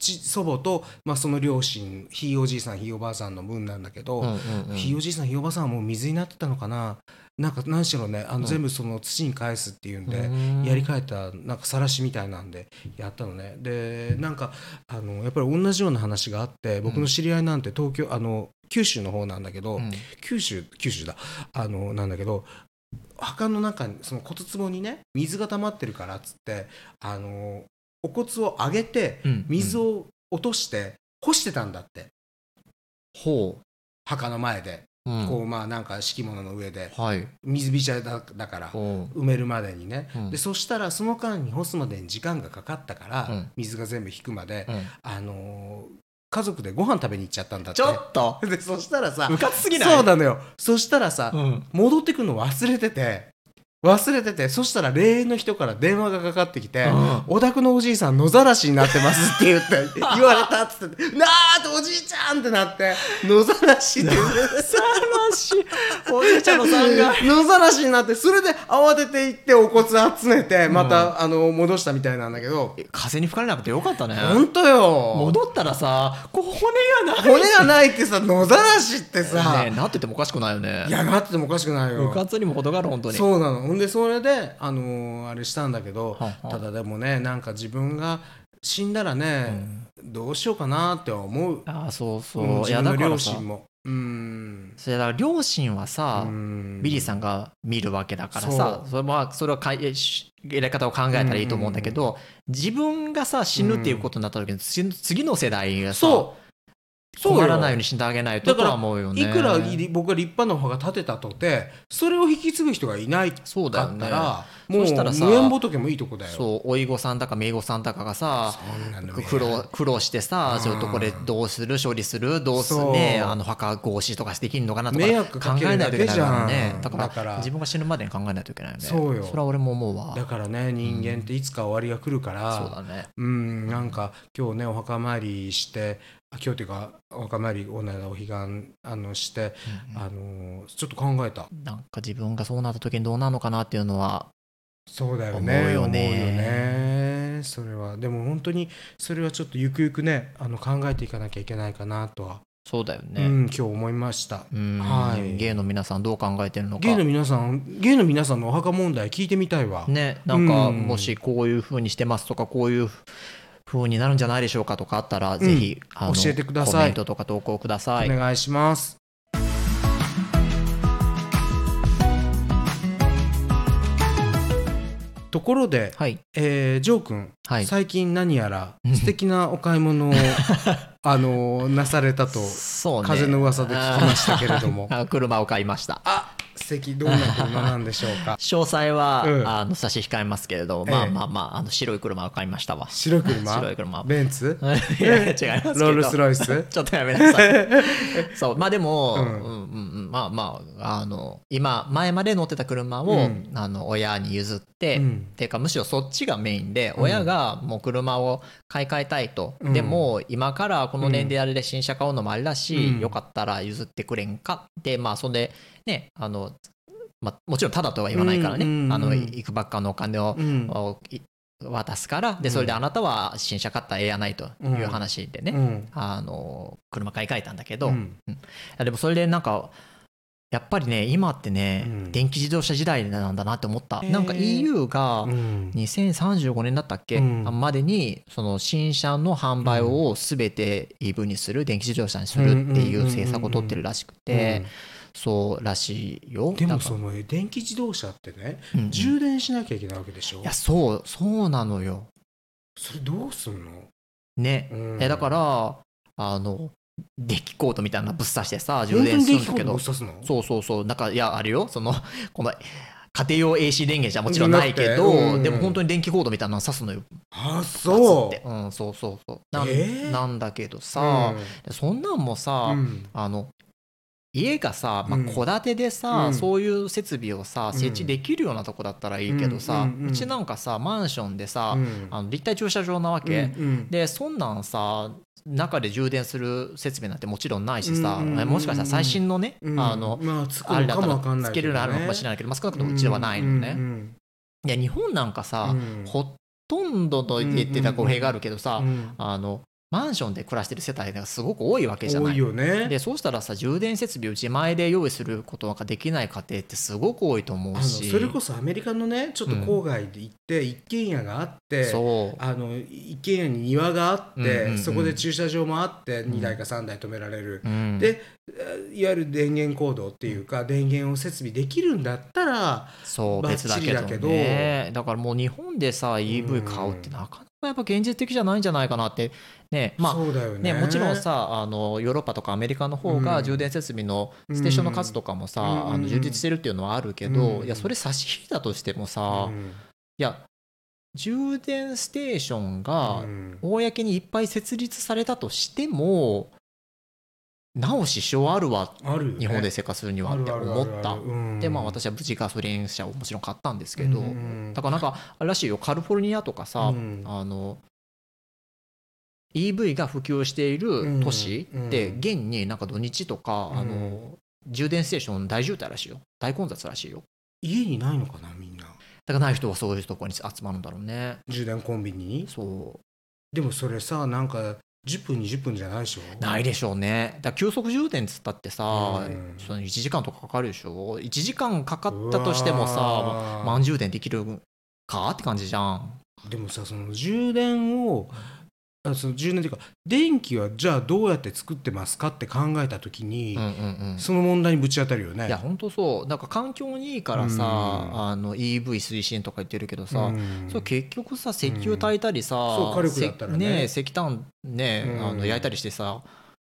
[SPEAKER 1] ち祖母と、まあ、その両親ひいおじいさんひいおばあさんの分なんだけど、
[SPEAKER 2] うんうんうん
[SPEAKER 1] ひいおじいさんひいおばあさんはもう水になってたのかななんか何しろねあ
[SPEAKER 2] うん
[SPEAKER 1] の全部その土に返すっていうんで、
[SPEAKER 2] うん
[SPEAKER 1] やり替えたなんか晒しみたいなんでやったのねでなんかあのやっぱり同じような話があって僕の知り合いなんて東京あの九州の方なんだけ
[SPEAKER 2] う
[SPEAKER 1] ど、
[SPEAKER 2] ん
[SPEAKER 1] 九州九州だあのなんだけど墓の中にその骨壺にね水が溜まってるからっつってあのお骨を上げて
[SPEAKER 2] うん
[SPEAKER 1] 水
[SPEAKER 2] うん
[SPEAKER 1] を落として干してたんだって
[SPEAKER 2] ほ
[SPEAKER 1] 墓の前で、
[SPEAKER 2] う、うん
[SPEAKER 1] こうまあなんか敷物の上で
[SPEAKER 2] はい
[SPEAKER 1] 水びちゃだだから
[SPEAKER 2] ほ
[SPEAKER 1] 埋めるまでにね、
[SPEAKER 2] うん
[SPEAKER 1] でそしたらその間に干すまでに時間がかかったから、
[SPEAKER 2] うん
[SPEAKER 1] 水が全部引くまで、
[SPEAKER 2] う、うん、
[SPEAKER 1] あのー家族でご飯食べに行っちゃったんだっ
[SPEAKER 2] ち
[SPEAKER 1] て
[SPEAKER 2] ょっと
[SPEAKER 1] でそしたらさ
[SPEAKER 2] うかつすぎない
[SPEAKER 1] そうなのよそしたらさ、
[SPEAKER 2] うん、
[SPEAKER 1] 戻ってくるの忘れてて忘れててそしたら霊園の人から電話がかかってきて
[SPEAKER 2] うん
[SPEAKER 1] 「お宅のおじいさん野ざらしになってます」って言って言われたっつって「なあ!」とおじいちゃんってなって野ざらしって言う
[SPEAKER 2] さらしいおじいちゃんの3階
[SPEAKER 1] 野ざらしになってそれで慌てて行ってお骨集めてまた、あの戻したみたいなんだけど
[SPEAKER 2] 風に吹かれなくてよかったね
[SPEAKER 1] ほんとよ
[SPEAKER 2] 戻ったらさこう骨がない
[SPEAKER 1] 骨がないってさ野ざらしってさ、
[SPEAKER 2] ねえなっててもおかしくないよね
[SPEAKER 1] いやなっててもおかしくないよ
[SPEAKER 2] 部活にも程がある本当に
[SPEAKER 1] そうなのほんでそれで、あのーあれしたんだけど、
[SPEAKER 2] はあはあ
[SPEAKER 1] ただでもねなんか自分が死んだらね、どうしようかなって思う
[SPEAKER 2] ああそうそう、
[SPEAKER 1] うん
[SPEAKER 2] い
[SPEAKER 1] 自
[SPEAKER 2] や
[SPEAKER 1] 分
[SPEAKER 2] だ
[SPEAKER 1] の
[SPEAKER 2] から
[SPEAKER 1] 両
[SPEAKER 2] さ
[SPEAKER 1] 親もうん
[SPEAKER 2] それだから両親はさ、ビリーさ
[SPEAKER 1] ん
[SPEAKER 2] んが見るわけだからさ
[SPEAKER 1] そ
[SPEAKER 2] それもまあそれはかいしやり方を考えたらいいと思うんだけど、自分がさ死ぬっていうことになった時に、次の次の世代がさ
[SPEAKER 1] そうそうよ
[SPEAKER 2] 困らないように死んであげないと
[SPEAKER 1] だ
[SPEAKER 2] と
[SPEAKER 1] から
[SPEAKER 2] は思うよね
[SPEAKER 1] いくらり僕が立派なお墓建てたとてそれを引き継ぐ人がいないか
[SPEAKER 2] そうだよ
[SPEAKER 1] っ
[SPEAKER 2] ね
[SPEAKER 1] たら、
[SPEAKER 2] そ
[SPEAKER 1] もう
[SPEAKER 2] したらさ
[SPEAKER 1] 無縁仏もいいとこだよ
[SPEAKER 2] そうおいごさんだかめいごさんだかがさ
[SPEAKER 1] そんなのね
[SPEAKER 2] 苦労苦労してさ、
[SPEAKER 1] うん
[SPEAKER 2] ちょっとこれどうする処理するどうす
[SPEAKER 1] そう
[SPEAKER 2] ねあの墓合死とかできるのかなとか
[SPEAKER 1] 迷惑
[SPEAKER 2] 考
[SPEAKER 1] かけ
[SPEAKER 2] え
[SPEAKER 1] る
[SPEAKER 2] ない
[SPEAKER 1] だ
[SPEAKER 2] とい
[SPEAKER 1] け
[SPEAKER 2] けない
[SPEAKER 1] じ
[SPEAKER 2] か
[SPEAKER 1] ゃ
[SPEAKER 2] ら
[SPEAKER 1] ん
[SPEAKER 2] ねだから
[SPEAKER 1] だから
[SPEAKER 2] 自分が死ぬまでに考えないといけないよね
[SPEAKER 1] そうよ
[SPEAKER 2] それは俺も思うわ
[SPEAKER 1] だからね人間っていつか終わりが来るから、
[SPEAKER 2] そうだね
[SPEAKER 1] うん、なんか今日ねお墓参りしてあ今日というかお墓参りおなお彼岸あのして、あのーちょっと考えた
[SPEAKER 2] なんか自分がそうなった時にどうなるのかなっていうのは
[SPEAKER 1] そうだよね
[SPEAKER 2] 思うよね
[SPEAKER 1] 思うよねそれはでも本当にそれはちょっとゆくゆくねあの考えていかなきゃいけないかなとは、
[SPEAKER 2] そうだよ
[SPEAKER 1] う
[SPEAKER 2] ね
[SPEAKER 1] ん、今日思いました
[SPEAKER 2] うん、
[SPEAKER 1] はい
[SPEAKER 2] ゲイの皆さんどう考えてるのか
[SPEAKER 1] ゲイの皆さんゲイの皆さんのお墓問題聞いてみたいわ、
[SPEAKER 2] ねなんか
[SPEAKER 1] うん
[SPEAKER 2] もしこういう風にしてますとかこういう風になるんじゃないでしょうかとかあったらぜひ、あの
[SPEAKER 1] 教えてください
[SPEAKER 2] コメントとか投稿ください
[SPEAKER 1] お願いしますところで
[SPEAKER 2] はい
[SPEAKER 1] えー、ジョー君、
[SPEAKER 2] はい
[SPEAKER 1] 最近何やら
[SPEAKER 2] うん
[SPEAKER 1] 素敵なお買 い物をあのなされたと
[SPEAKER 2] そうね
[SPEAKER 1] 風の噂で聞きましたけれども
[SPEAKER 2] あーあ車を買いました
[SPEAKER 1] あ素敵どんな車なんでしょう か
[SPEAKER 2] 詳細は、
[SPEAKER 1] うん
[SPEAKER 2] あの差し控えますけれど、
[SPEAKER 1] ええ
[SPEAKER 2] まあまあまああの白い車を買いましたわ
[SPEAKER 1] 白い車
[SPEAKER 2] 白い車
[SPEAKER 1] ベンツ
[SPEAKER 2] いやいや違いますけど
[SPEAKER 1] ロールスロ イス
[SPEAKER 2] ちょっとやめな さいそうまあでも、う
[SPEAKER 1] うん
[SPEAKER 2] う
[SPEAKER 1] ん
[SPEAKER 2] んうん、まあまああの今前まで乗ってた車を、
[SPEAKER 1] うん
[SPEAKER 2] あの親に譲って、
[SPEAKER 1] うん
[SPEAKER 2] っていうかむしろそっちがメインで、
[SPEAKER 1] うん
[SPEAKER 2] 親がもう車を買い替えたいと、
[SPEAKER 1] うん
[SPEAKER 2] でも今からこの年齢あれで新車買うのもあれだし、
[SPEAKER 1] うん
[SPEAKER 2] よかったら譲ってくれんかってまあそんでねあの、まあ、もちろんただとは言わないからね、
[SPEAKER 1] うんうんうん
[SPEAKER 2] あの行くばっかのお金を
[SPEAKER 1] うん
[SPEAKER 2] い渡すからでそれであなたは新車買ったらええやないという話でね、
[SPEAKER 1] うん
[SPEAKER 2] あの車買い替えたんだけど、
[SPEAKER 1] う
[SPEAKER 2] い
[SPEAKER 1] ん
[SPEAKER 2] やでもそれでなんかやっぱりね今ってね、
[SPEAKER 1] うん
[SPEAKER 2] 電気自動車時代なんだなって思った、
[SPEAKER 1] へー
[SPEAKER 2] なんか EU が
[SPEAKER 1] うん
[SPEAKER 2] 2035年だったっけ、
[SPEAKER 1] うん
[SPEAKER 2] までにその新車の販売を全て EV にする電気自動車にするっていう政策を取ってるらしくて、
[SPEAKER 1] うん
[SPEAKER 2] そうらしいよ
[SPEAKER 1] で
[SPEAKER 2] なん
[SPEAKER 1] も
[SPEAKER 2] か
[SPEAKER 1] その電気自動車ってね、
[SPEAKER 2] うんうん
[SPEAKER 1] 充電しなきゃいけないわけでしょ
[SPEAKER 2] いやそうそうなのよ
[SPEAKER 1] それどうすんの、
[SPEAKER 2] ね、
[SPEAKER 1] うん
[SPEAKER 2] えだからあのデッキコートみたいなのぶっ刺してさ充
[SPEAKER 1] 本当
[SPEAKER 2] 電
[SPEAKER 1] に
[SPEAKER 2] す
[SPEAKER 1] 電
[SPEAKER 2] るん
[SPEAKER 1] 気
[SPEAKER 2] だ
[SPEAKER 1] コー
[SPEAKER 2] け
[SPEAKER 1] ド
[SPEAKER 2] ど
[SPEAKER 1] を刺すの
[SPEAKER 2] そうそうそうなんかいやあれよその この家庭用 AC 電源じゃもちろんないけど、
[SPEAKER 1] なくてうん
[SPEAKER 2] でも本当に電気コードみたいなの刺すのよ
[SPEAKER 1] あ
[SPEAKER 2] バ
[SPEAKER 1] そ
[SPEAKER 2] ツって
[SPEAKER 1] う
[SPEAKER 2] うん、そうそうそうなん,、
[SPEAKER 1] えー
[SPEAKER 2] なんだけどさ、そんなんもさ、
[SPEAKER 1] うんうん
[SPEAKER 2] あの家がさまあ
[SPEAKER 1] うん
[SPEAKER 2] 戸、建てでさ、
[SPEAKER 1] うん
[SPEAKER 2] そういう設備をさ
[SPEAKER 1] うん
[SPEAKER 2] 設置できるようなとこだったらいいけどさ、
[SPEAKER 1] うんうんうん
[SPEAKER 2] ちなんかさマンションでさ、
[SPEAKER 1] うん
[SPEAKER 2] あの立体駐車場なわけ、
[SPEAKER 1] うんうん
[SPEAKER 2] でそんなんさ中で充電する設備なんてもちろんないしさ、
[SPEAKER 1] うんうんうんうん
[SPEAKER 2] もしかしたら最新のね、
[SPEAKER 1] うん
[SPEAKER 2] あの、
[SPEAKER 1] まあ、つく
[SPEAKER 2] あれ
[SPEAKER 1] の
[SPEAKER 2] だ
[SPEAKER 1] か
[SPEAKER 2] った
[SPEAKER 1] もわかん
[SPEAKER 2] ら
[SPEAKER 1] ない
[SPEAKER 2] つけるのあるのかもしれ
[SPEAKER 1] い
[SPEAKER 2] ないけど、まあ、少なくともうちはないのね、
[SPEAKER 1] うんうん
[SPEAKER 2] いや日本なんか
[SPEAKER 1] うん
[SPEAKER 2] さ、
[SPEAKER 1] うん
[SPEAKER 2] ほとんどと言ってた語弊があるけどさ、
[SPEAKER 1] うん
[SPEAKER 2] あのマンションで暮らしてる世帯がすごく多いわけじゃ
[SPEAKER 1] 多
[SPEAKER 2] ないい。
[SPEAKER 1] よね
[SPEAKER 2] でそうしたらさ充電設備を自前で用意することができない家庭ってすごく多いと思
[SPEAKER 1] あ
[SPEAKER 2] う
[SPEAKER 1] の
[SPEAKER 2] し
[SPEAKER 1] それこそアメリカのねちょっと郊外で行って、一軒家があって
[SPEAKER 2] そう
[SPEAKER 1] あの一軒家に庭があって、
[SPEAKER 2] うんうんうん
[SPEAKER 1] そこで駐車場もあって
[SPEAKER 2] ん
[SPEAKER 1] 2台か3台止められる、
[SPEAKER 2] うん
[SPEAKER 1] でいわゆる電源コードっていうか、電源を設備できるんだったら
[SPEAKER 2] そう
[SPEAKER 1] バッ
[SPEAKER 2] 別だ
[SPEAKER 1] チ
[SPEAKER 2] け
[SPEAKER 1] リ
[SPEAKER 2] ど
[SPEAKER 1] だけど
[SPEAKER 2] ねだからもう日本でさ EV 買うってなかなかやっぱ現実的じゃないんじゃないかなってねまあ
[SPEAKER 1] そうだよね
[SPEAKER 2] ね、もちろんさあのヨーロッパとかアメリカの方
[SPEAKER 1] う
[SPEAKER 2] が
[SPEAKER 1] ん
[SPEAKER 2] 充電設備のステーションの数とかもさ、
[SPEAKER 1] うん
[SPEAKER 2] あの充実してるっていうのはあるけど、
[SPEAKER 1] うん
[SPEAKER 2] いやそれ差し引いたとしてもさ、
[SPEAKER 1] う
[SPEAKER 2] い
[SPEAKER 1] ん
[SPEAKER 2] や充電ステーションが
[SPEAKER 1] うん
[SPEAKER 2] 公にいっぱい設立されたとしてもなお支障あるわ
[SPEAKER 1] あるよね
[SPEAKER 2] 日本で生活するには
[SPEAKER 1] あ
[SPEAKER 2] って
[SPEAKER 1] るある
[SPEAKER 2] 思
[SPEAKER 1] ある
[SPEAKER 2] った
[SPEAKER 1] あるうん
[SPEAKER 2] でまあ私は無事ガソリン車をもちろん買ったんですけど、
[SPEAKER 1] うんうん
[SPEAKER 2] だからなんかあれらしいよカリフォルニアとかさ、
[SPEAKER 1] うん
[SPEAKER 2] あの EV が普及している都市って
[SPEAKER 1] うん
[SPEAKER 2] 現になんか土日とか、
[SPEAKER 1] うん
[SPEAKER 2] あの充電ステーション大渋滞らしいよ大混雑らしいよ
[SPEAKER 1] 家にないのかなみんな
[SPEAKER 2] だからない人はそういうところに集まるんだろうね
[SPEAKER 1] 充電コンビニに
[SPEAKER 2] そ
[SPEAKER 1] でもそれさなんか10分20分じゃないでしょ
[SPEAKER 2] うないでしょうねだから急速充電っつったってさ、
[SPEAKER 1] うん
[SPEAKER 2] その1時間とかかかるでしょ1時間かかったとしても
[SPEAKER 1] う
[SPEAKER 2] さ
[SPEAKER 1] わー
[SPEAKER 2] 満充電できるかって感じじゃん
[SPEAKER 1] でもさその充電をあその充電というか電気はじゃあどうやって作ってますかって考えた時に、
[SPEAKER 2] うんうんうん
[SPEAKER 1] その問題にぶち当たるよね。
[SPEAKER 2] いや本当そうなんか環境にいいからさ、
[SPEAKER 1] うん
[SPEAKER 2] あの EV 推進とか言ってるけどさ、
[SPEAKER 1] うん
[SPEAKER 2] そう結局さ石油炊いたりさ、
[SPEAKER 1] そう火力だったらね
[SPEAKER 2] せえ石炭ね、
[SPEAKER 1] うん
[SPEAKER 2] あの焼いたりしてさ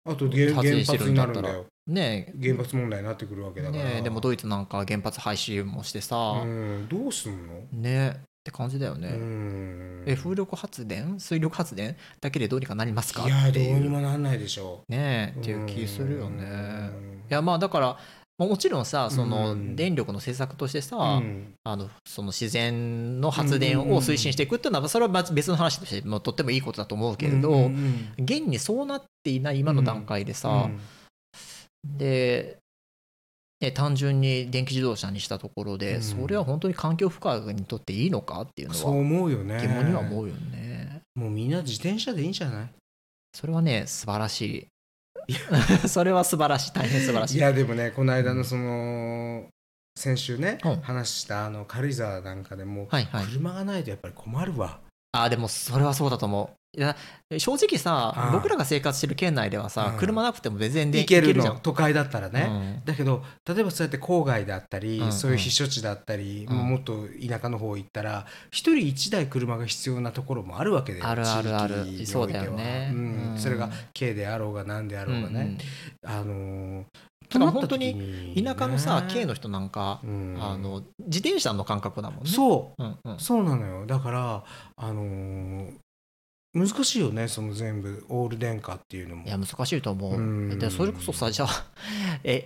[SPEAKER 1] あと原
[SPEAKER 2] 発
[SPEAKER 1] 原
[SPEAKER 2] 電して
[SPEAKER 1] 発
[SPEAKER 2] るん
[SPEAKER 1] に
[SPEAKER 2] だ
[SPEAKER 1] な
[SPEAKER 2] った
[SPEAKER 1] るん
[SPEAKER 2] ら
[SPEAKER 1] だよ
[SPEAKER 2] ね
[SPEAKER 1] 原発問題になってくるわけだから、
[SPEAKER 2] ねでもドイツなんか原発廃止もしてさ
[SPEAKER 1] う、ん、どうすんの、
[SPEAKER 2] ねって感じだよ
[SPEAKER 1] う
[SPEAKER 2] ね、
[SPEAKER 1] ん、
[SPEAKER 2] え風力発電水力発電だけでどうにかなりますか
[SPEAKER 1] いや
[SPEAKER 2] って
[SPEAKER 1] どう
[SPEAKER 2] い
[SPEAKER 1] に
[SPEAKER 2] う
[SPEAKER 1] もなんないでしょ
[SPEAKER 2] ね
[SPEAKER 1] う
[SPEAKER 2] っていう気するよね、
[SPEAKER 1] うん
[SPEAKER 2] いやまあだからまあもちろんさそうの
[SPEAKER 1] ん
[SPEAKER 2] 電力の政策としてさ、
[SPEAKER 1] うん
[SPEAKER 2] あのその自然の発電を推進していくっていうのはそれはまず別の話としてもとってもいいことだと思うけれど、
[SPEAKER 1] うんうん
[SPEAKER 2] 現にそうなっていない今の段階でさ、で、ね、単純に電気自動車にしたところで、
[SPEAKER 1] うん
[SPEAKER 2] それは本当に環境負荷にとっていいのかっていう
[SPEAKER 1] う
[SPEAKER 2] の
[SPEAKER 1] んそう
[SPEAKER 2] は
[SPEAKER 1] 思うよね
[SPEAKER 2] 疑問には思うよね。
[SPEAKER 1] もうみんな自転車でいいんじゃない
[SPEAKER 2] それはね素晴らしい それは素晴らしい大変素晴らし
[SPEAKER 1] い
[SPEAKER 2] い。
[SPEAKER 1] やでもねこの間のその先週ね、
[SPEAKER 2] うん
[SPEAKER 1] 話したあの軽井沢なんかでも、
[SPEAKER 2] はいはい、
[SPEAKER 1] 車がないとやっぱり困るわ、
[SPEAKER 2] あーでもそれはそうだと思ういや正直さ
[SPEAKER 1] うん
[SPEAKER 2] 僕らが生活してる県内ではさ、
[SPEAKER 1] うん
[SPEAKER 2] 車なくても全然で
[SPEAKER 1] 行ける
[SPEAKER 2] じゃ
[SPEAKER 1] の
[SPEAKER 2] ん
[SPEAKER 1] 都会だったらね、
[SPEAKER 2] ね
[SPEAKER 1] だけど例えばそうやって郊外だったり、
[SPEAKER 2] うんうん
[SPEAKER 1] そういう避暑地だったり、
[SPEAKER 2] うん
[SPEAKER 1] もっと田舎の方行ったら一人一台車が必要なところもあるわけで
[SPEAKER 2] あるあるある
[SPEAKER 1] 地域において
[SPEAKER 2] そうだ
[SPEAKER 1] は
[SPEAKER 2] よね
[SPEAKER 1] うん
[SPEAKER 2] うん
[SPEAKER 1] それが軽であろうが何であろうがね、あのー
[SPEAKER 2] だから本当に
[SPEAKER 1] となった時
[SPEAKER 2] うん田舎のさ
[SPEAKER 1] ね
[SPEAKER 2] 県の人なんか、
[SPEAKER 1] うん
[SPEAKER 2] あの自転車の感覚だもんねう、
[SPEAKER 1] そう
[SPEAKER 2] うんうん、
[SPEAKER 1] そうなのよだからあのー難しいよねその全部オール電化っていうのも
[SPEAKER 2] いや難しいと思う、
[SPEAKER 1] うん
[SPEAKER 2] でそれこそさじゃあ え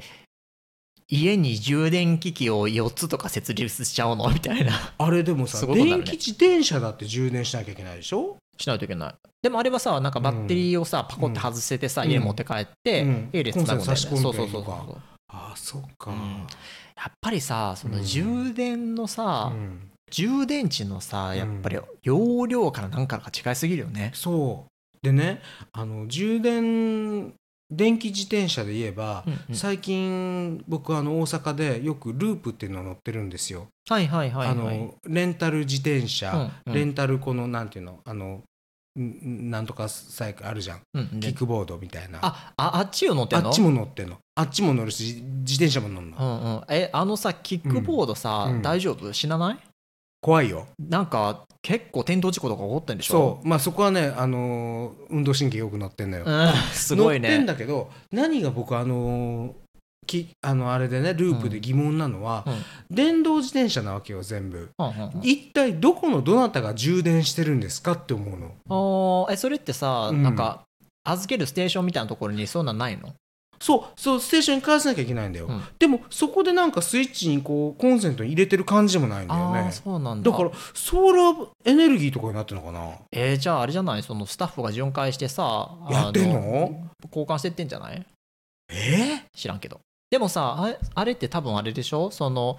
[SPEAKER 2] 家に充電機器を4つとか設立しちゃうの みたいな
[SPEAKER 1] あれでもさ、
[SPEAKER 2] すごいことになる
[SPEAKER 1] 電
[SPEAKER 2] ね
[SPEAKER 1] 気自転車だって充電しなきゃいけないでしょ
[SPEAKER 2] しないといけないでもあれはさなんかバッテリーをさ、パコって外せてさ、
[SPEAKER 1] うん
[SPEAKER 2] 家に持って帰って、
[SPEAKER 1] うん
[SPEAKER 2] 家で繋ぐみたいな、
[SPEAKER 1] コンセント差し込んで
[SPEAKER 2] そうそうそう
[SPEAKER 1] とか
[SPEAKER 2] そう
[SPEAKER 1] ああそっか、
[SPEAKER 2] うんやっぱりさその
[SPEAKER 1] うん
[SPEAKER 2] 充電のさ、
[SPEAKER 1] うん
[SPEAKER 2] 充電池のさ
[SPEAKER 1] ん
[SPEAKER 2] やっぱり容量から何からか違いすぎるよね、
[SPEAKER 1] そうでねあの充電電気自転車で言えば、
[SPEAKER 2] うんうん
[SPEAKER 1] 最近僕あの大阪でよくループっていうの乗ってるんですよ、
[SPEAKER 2] はいはいはいはい
[SPEAKER 1] あのレンタル自転車、
[SPEAKER 2] うんうん
[SPEAKER 1] レンタルこのなんていうのあのんなんとかサイクルあるじゃん
[SPEAKER 2] うん
[SPEAKER 1] キ
[SPEAKER 2] で
[SPEAKER 1] ックボードみたいなあ
[SPEAKER 2] あああっちを乗ってんの
[SPEAKER 1] っちも乗ってんのあっちも乗るし自転車も乗るの、
[SPEAKER 2] うんうん、えあのさキックボードさ、
[SPEAKER 1] うん
[SPEAKER 2] 大丈夫死なない
[SPEAKER 1] 怖いよ
[SPEAKER 2] なんか結構転倒事故とか起こってんでしょ
[SPEAKER 1] そうまあそこはね、あのー運動神経よく乗ってんのよ、
[SPEAKER 2] うん、 すごい
[SPEAKER 1] 乗ってん
[SPEAKER 2] ね
[SPEAKER 1] だけど何が僕あのーきあのあれでねループで疑問なのは、
[SPEAKER 2] うんうん
[SPEAKER 1] 電動自転車なわけよ全部
[SPEAKER 2] うんうんうん
[SPEAKER 1] 一体どこのどなたが充電してるんですかって思うの
[SPEAKER 2] あーえそれってさ、
[SPEAKER 1] うん
[SPEAKER 2] なんか預けるステーションみたいなところにそんなんないの
[SPEAKER 1] そうそうステーションに返さなきゃいけないんだよ、
[SPEAKER 2] うん
[SPEAKER 1] でもそこでなんかスイッチにこうコンセントに入れてる感じでもないんだよ
[SPEAKER 2] ああ
[SPEAKER 1] ね
[SPEAKER 2] そうなんだ
[SPEAKER 1] だからソーラーエネルギーとかになってるのかな
[SPEAKER 2] えーじゃああれじゃないそのスタッフが巡回してさあ
[SPEAKER 1] やってんの
[SPEAKER 2] 交換してってんじゃない
[SPEAKER 1] え
[SPEAKER 2] 知らんけどでもさあれあれって多分あれでしょその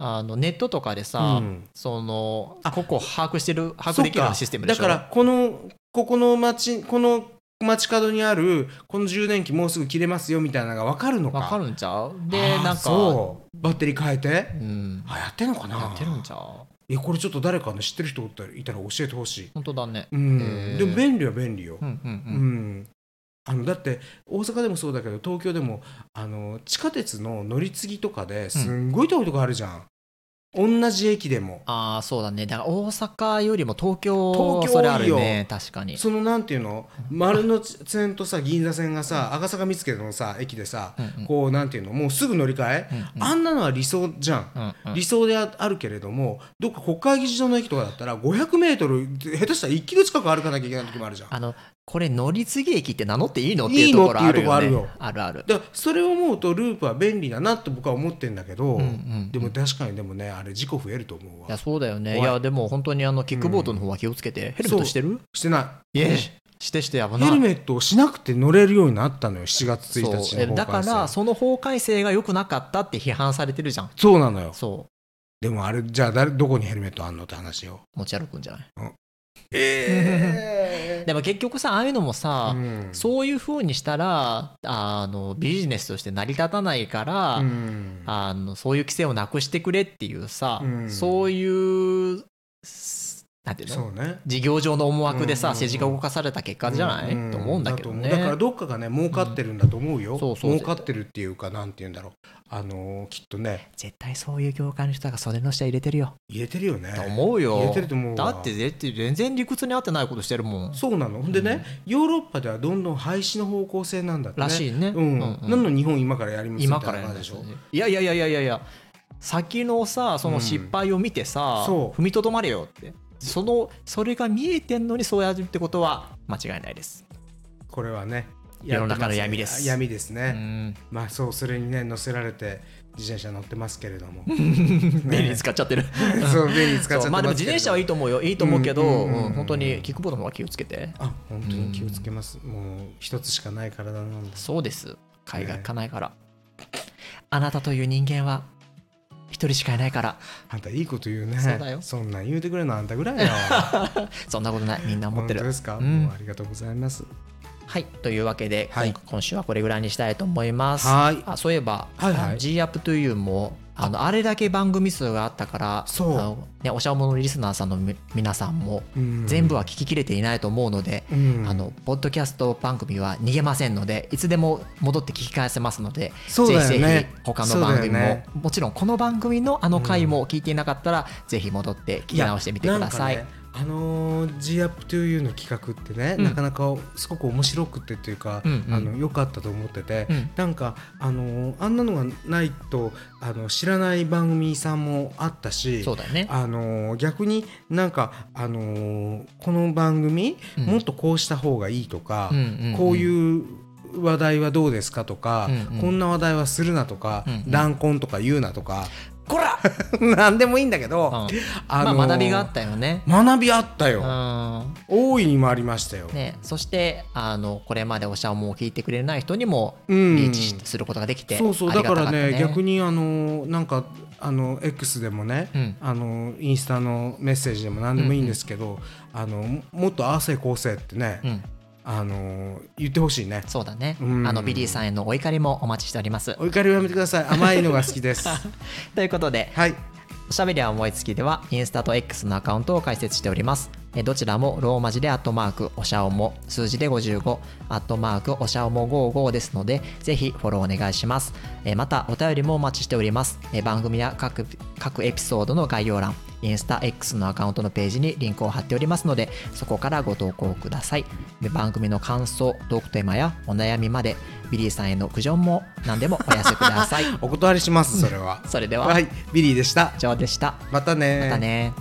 [SPEAKER 2] あのネットとかでさ、
[SPEAKER 1] うん
[SPEAKER 2] その
[SPEAKER 1] あ
[SPEAKER 2] ここを把握してる把
[SPEAKER 1] そ
[SPEAKER 2] 握
[SPEAKER 1] っ
[SPEAKER 2] できるようなシステムで
[SPEAKER 1] だ
[SPEAKER 2] しょ
[SPEAKER 1] からこのここの町この街角にあるこの充電器もうすぐ切れますよみたいなのが分かるのか
[SPEAKER 2] わかるんちゃうで
[SPEAKER 1] あー
[SPEAKER 2] なんか
[SPEAKER 1] そうバッテリー変えて
[SPEAKER 2] うん
[SPEAKER 1] あやってんのかな
[SPEAKER 2] やってるんちゃう
[SPEAKER 1] いやこれちょっと誰かの知ってる人おったらいたら教えてほしい
[SPEAKER 2] 本当だね
[SPEAKER 1] うん、
[SPEAKER 2] えー
[SPEAKER 1] でも便利は便利よ、
[SPEAKER 2] うんう
[SPEAKER 1] うんん、あのだって大阪でもそうだけど東京でもあの地下鉄の乗り継ぎとかですんごい遠いとこあるじゃん、同じ駅でも
[SPEAKER 2] ああそうだねだから大阪よりも東京
[SPEAKER 1] 東京
[SPEAKER 2] それある
[SPEAKER 1] 多い
[SPEAKER 2] ね
[SPEAKER 1] よ
[SPEAKER 2] 確かに
[SPEAKER 1] そのなんていうの丸の内線とさ銀座線がさ赤坂見附のさ駅でさ
[SPEAKER 2] うんうん
[SPEAKER 1] こうなんていうのもうすぐ乗り換え、
[SPEAKER 2] うんうん
[SPEAKER 1] あんなのは理想じゃん、
[SPEAKER 2] うんうん
[SPEAKER 1] 理想でああるけれどもどっか国会議事堂の駅とかだったら 500m 下手したら1キロ近く歩かなきゃいけない時もあるじゃん
[SPEAKER 2] あのこれ乗り継ぎ駅って名乗っていいのって
[SPEAKER 1] い
[SPEAKER 2] い
[SPEAKER 1] いうの
[SPEAKER 2] ところあるよ,、ね、
[SPEAKER 1] っていうとこあるよ
[SPEAKER 2] あるある
[SPEAKER 1] だからそれを思うとループは便利だなと僕は思ってんだけど、
[SPEAKER 2] うんうん
[SPEAKER 1] でも確かにでもねあれ事故増えると思う
[SPEAKER 2] いや
[SPEAKER 1] わ
[SPEAKER 2] そうだよねい
[SPEAKER 1] 怖い
[SPEAKER 2] やでも本当にあのキックボードの方は気をつけて、ヘルメットしてる
[SPEAKER 1] してない
[SPEAKER 2] えしてして危
[SPEAKER 1] い
[SPEAKER 2] ない
[SPEAKER 1] ヘルメットをしなくて乗れるようになったのよ7月1
[SPEAKER 2] そう
[SPEAKER 1] 日の
[SPEAKER 2] えだ
[SPEAKER 1] 法
[SPEAKER 2] か
[SPEAKER 1] 改正
[SPEAKER 2] らその法改正が良くなかったって批判されてるじゃん
[SPEAKER 1] そうなのよ
[SPEAKER 2] そ
[SPEAKER 1] でもあれじゃあ誰どこにヘルメットあんのって話よ
[SPEAKER 2] う持ち歩くんじゃない
[SPEAKER 1] え
[SPEAKER 2] でも結局さああいうのもさ、
[SPEAKER 1] うん
[SPEAKER 2] そういう風にしたらあのビジネスとして成り立たないから、
[SPEAKER 1] うん
[SPEAKER 2] あのそういう規制をなくしてくれっていうさ、
[SPEAKER 1] うん
[SPEAKER 2] そういうすなんていうの
[SPEAKER 1] そうね
[SPEAKER 2] 事業上の思惑でさ、
[SPEAKER 1] うんうんうん
[SPEAKER 2] 政治が動かされた結果じゃない、
[SPEAKER 1] うん
[SPEAKER 2] と思うんだけどね。
[SPEAKER 1] と思うだからどっかがね儲かってるんだと思うよ、
[SPEAKER 2] うんそうそう
[SPEAKER 1] 儲かってるっていうかなんて言うんだろうあのーきっとね
[SPEAKER 2] 絶対そういう業界の人が袖の下入れてるよ。
[SPEAKER 1] 入れてるよね
[SPEAKER 2] と思う
[SPEAKER 1] 入れ
[SPEAKER 2] よ
[SPEAKER 1] て。ると思う
[SPEAKER 2] だ
[SPEAKER 1] わ
[SPEAKER 2] って絶対全然理屈に合ってないことしてるもん。
[SPEAKER 1] そうなのほんでね、ヨーロッパではどんどん廃止の方向性なんだってね
[SPEAKER 2] らしいね。
[SPEAKER 1] うん
[SPEAKER 2] うんうん
[SPEAKER 1] なのに日本今からやりますみた
[SPEAKER 2] 今か
[SPEAKER 1] い
[SPEAKER 2] ら
[SPEAKER 1] な
[SPEAKER 2] や
[SPEAKER 1] 感
[SPEAKER 2] る
[SPEAKER 1] じ
[SPEAKER 2] で
[SPEAKER 1] で
[SPEAKER 2] し
[SPEAKER 1] し
[SPEAKER 2] ょ
[SPEAKER 1] ょ。
[SPEAKER 2] いやいやいやいやいやいや、先のさ、その失敗を見てさ、
[SPEAKER 1] うんそう
[SPEAKER 2] 踏みとどまれよって。そのそれが見えてんのにそうやるってことは間違いないです。
[SPEAKER 1] これはね
[SPEAKER 2] 世の中の闇です
[SPEAKER 1] やってますね闇です
[SPEAKER 2] う
[SPEAKER 1] ね、
[SPEAKER 2] ん、
[SPEAKER 1] まあそうそれにね乗せられて自転車乗ってますけれども
[SPEAKER 2] 便利に使っちゃってる。
[SPEAKER 1] そう便利に使っちゃってますけれど
[SPEAKER 2] そうまあでも自転車はいいと思うよいいと思うけど、
[SPEAKER 1] う
[SPEAKER 2] うんん
[SPEAKER 1] うんうんうん
[SPEAKER 2] 本当にキックボードの方は気をつけて
[SPEAKER 1] あ本当に気をつけます、もう一つしかない体なんです
[SPEAKER 2] そうです海外行かないから、あなたという人間は一人しかいないから
[SPEAKER 1] あんたいいこと言うね
[SPEAKER 2] そうだよ
[SPEAKER 1] んなん言うてくれるのあんたぐらいよ
[SPEAKER 2] そんなことないみん な思
[SPEAKER 1] 本
[SPEAKER 2] って
[SPEAKER 1] 当で
[SPEAKER 2] る
[SPEAKER 1] すか、
[SPEAKER 2] うん
[SPEAKER 1] もうありがとうございます
[SPEAKER 2] はいというわけで、
[SPEAKER 1] はい
[SPEAKER 2] 今今週はこれぐらいにしたいと思います
[SPEAKER 1] はい
[SPEAKER 2] あそういえば、
[SPEAKER 1] はいはい
[SPEAKER 2] あの G アップトゥーユーもあのあれだけ番組数があったから
[SPEAKER 1] そう
[SPEAKER 2] あのね、おしゃものリスナーさんのみ皆さんも、
[SPEAKER 1] うん
[SPEAKER 2] 全部は聞ききれていないと思うので、
[SPEAKER 1] うん
[SPEAKER 2] あのポッドキャスト番組は逃げませんのでいつでも戻って聞き返せますので、
[SPEAKER 1] そうだよね
[SPEAKER 2] ぜひぜひ他の番組も、
[SPEAKER 1] そうだよね
[SPEAKER 2] もちろんこの番組のあの回も聞いていなかったら、ぜひ戻って聞き直してみてください
[SPEAKER 1] やなんかねあのー「GUP2U」の企画ってね、
[SPEAKER 2] うん
[SPEAKER 1] なかなかすごく面白くてというか、
[SPEAKER 2] うんうん
[SPEAKER 1] あの良かったと思ってて、
[SPEAKER 2] うん
[SPEAKER 1] なんか、あのーあんなのがないとあの知らない番組さんもあったし
[SPEAKER 2] そうだよね
[SPEAKER 1] あのー逆になんか、あのーこの番組、
[SPEAKER 2] うん
[SPEAKER 1] もっとこうした方がいいとか、
[SPEAKER 2] うんうんうん
[SPEAKER 1] こういう話題はどうですかとか、
[SPEAKER 2] うんうん
[SPEAKER 1] こんな話題はするなとか、
[SPEAKER 2] うんうん
[SPEAKER 1] 乱婚とか言うなとか
[SPEAKER 2] こら、
[SPEAKER 1] なんでもいいんだけど、
[SPEAKER 2] うん
[SPEAKER 1] あのー
[SPEAKER 2] まあ、学びがあったよね
[SPEAKER 1] 学びあった
[SPEAKER 2] う
[SPEAKER 1] よ、
[SPEAKER 2] ん
[SPEAKER 1] 大いにもありましたよ、
[SPEAKER 2] ね、そしてあのこれまでおしゃもを聞いてくれない人にも
[SPEAKER 1] うん
[SPEAKER 2] リーチしすることができて、
[SPEAKER 1] そうそう
[SPEAKER 2] あり
[SPEAKER 1] だ
[SPEAKER 2] がた
[SPEAKER 1] から
[SPEAKER 2] った
[SPEAKER 1] ね逆
[SPEAKER 2] に、
[SPEAKER 1] にあのなんかあの X でもね、
[SPEAKER 2] うん
[SPEAKER 1] あのインスタのメッセージでも何でもいいんですけど、あのもっとああせこうせってね、
[SPEAKER 2] うん、
[SPEAKER 1] あの言ってほしいね
[SPEAKER 2] そうだね、
[SPEAKER 1] うん
[SPEAKER 2] あのビリーさんへのお怒りもお待ちしております
[SPEAKER 1] お怒りをやめてください甘いのが好きです
[SPEAKER 2] ということで
[SPEAKER 1] はい
[SPEAKER 2] おしゃべりは思いつきではインスタと X のアカウントを開設しております、ええーどちらもローマ字でアットマークおしゃおも数字で55アットマークおしゃおも55ですのでぜひフォローお願いします、えーまたお便りもお待ちしております、えー番組や各各エピソードの概要欄インスタ X のアカウントのページにリンクを貼っておりますのでそこからご投稿くださいで番組の感想トークテーマやお悩みまでビリーさんへの苦情も何でもお寄せください
[SPEAKER 1] お断りしますそれは
[SPEAKER 2] それでは
[SPEAKER 1] はいビリーでした
[SPEAKER 2] 以上でした
[SPEAKER 1] またね
[SPEAKER 2] またね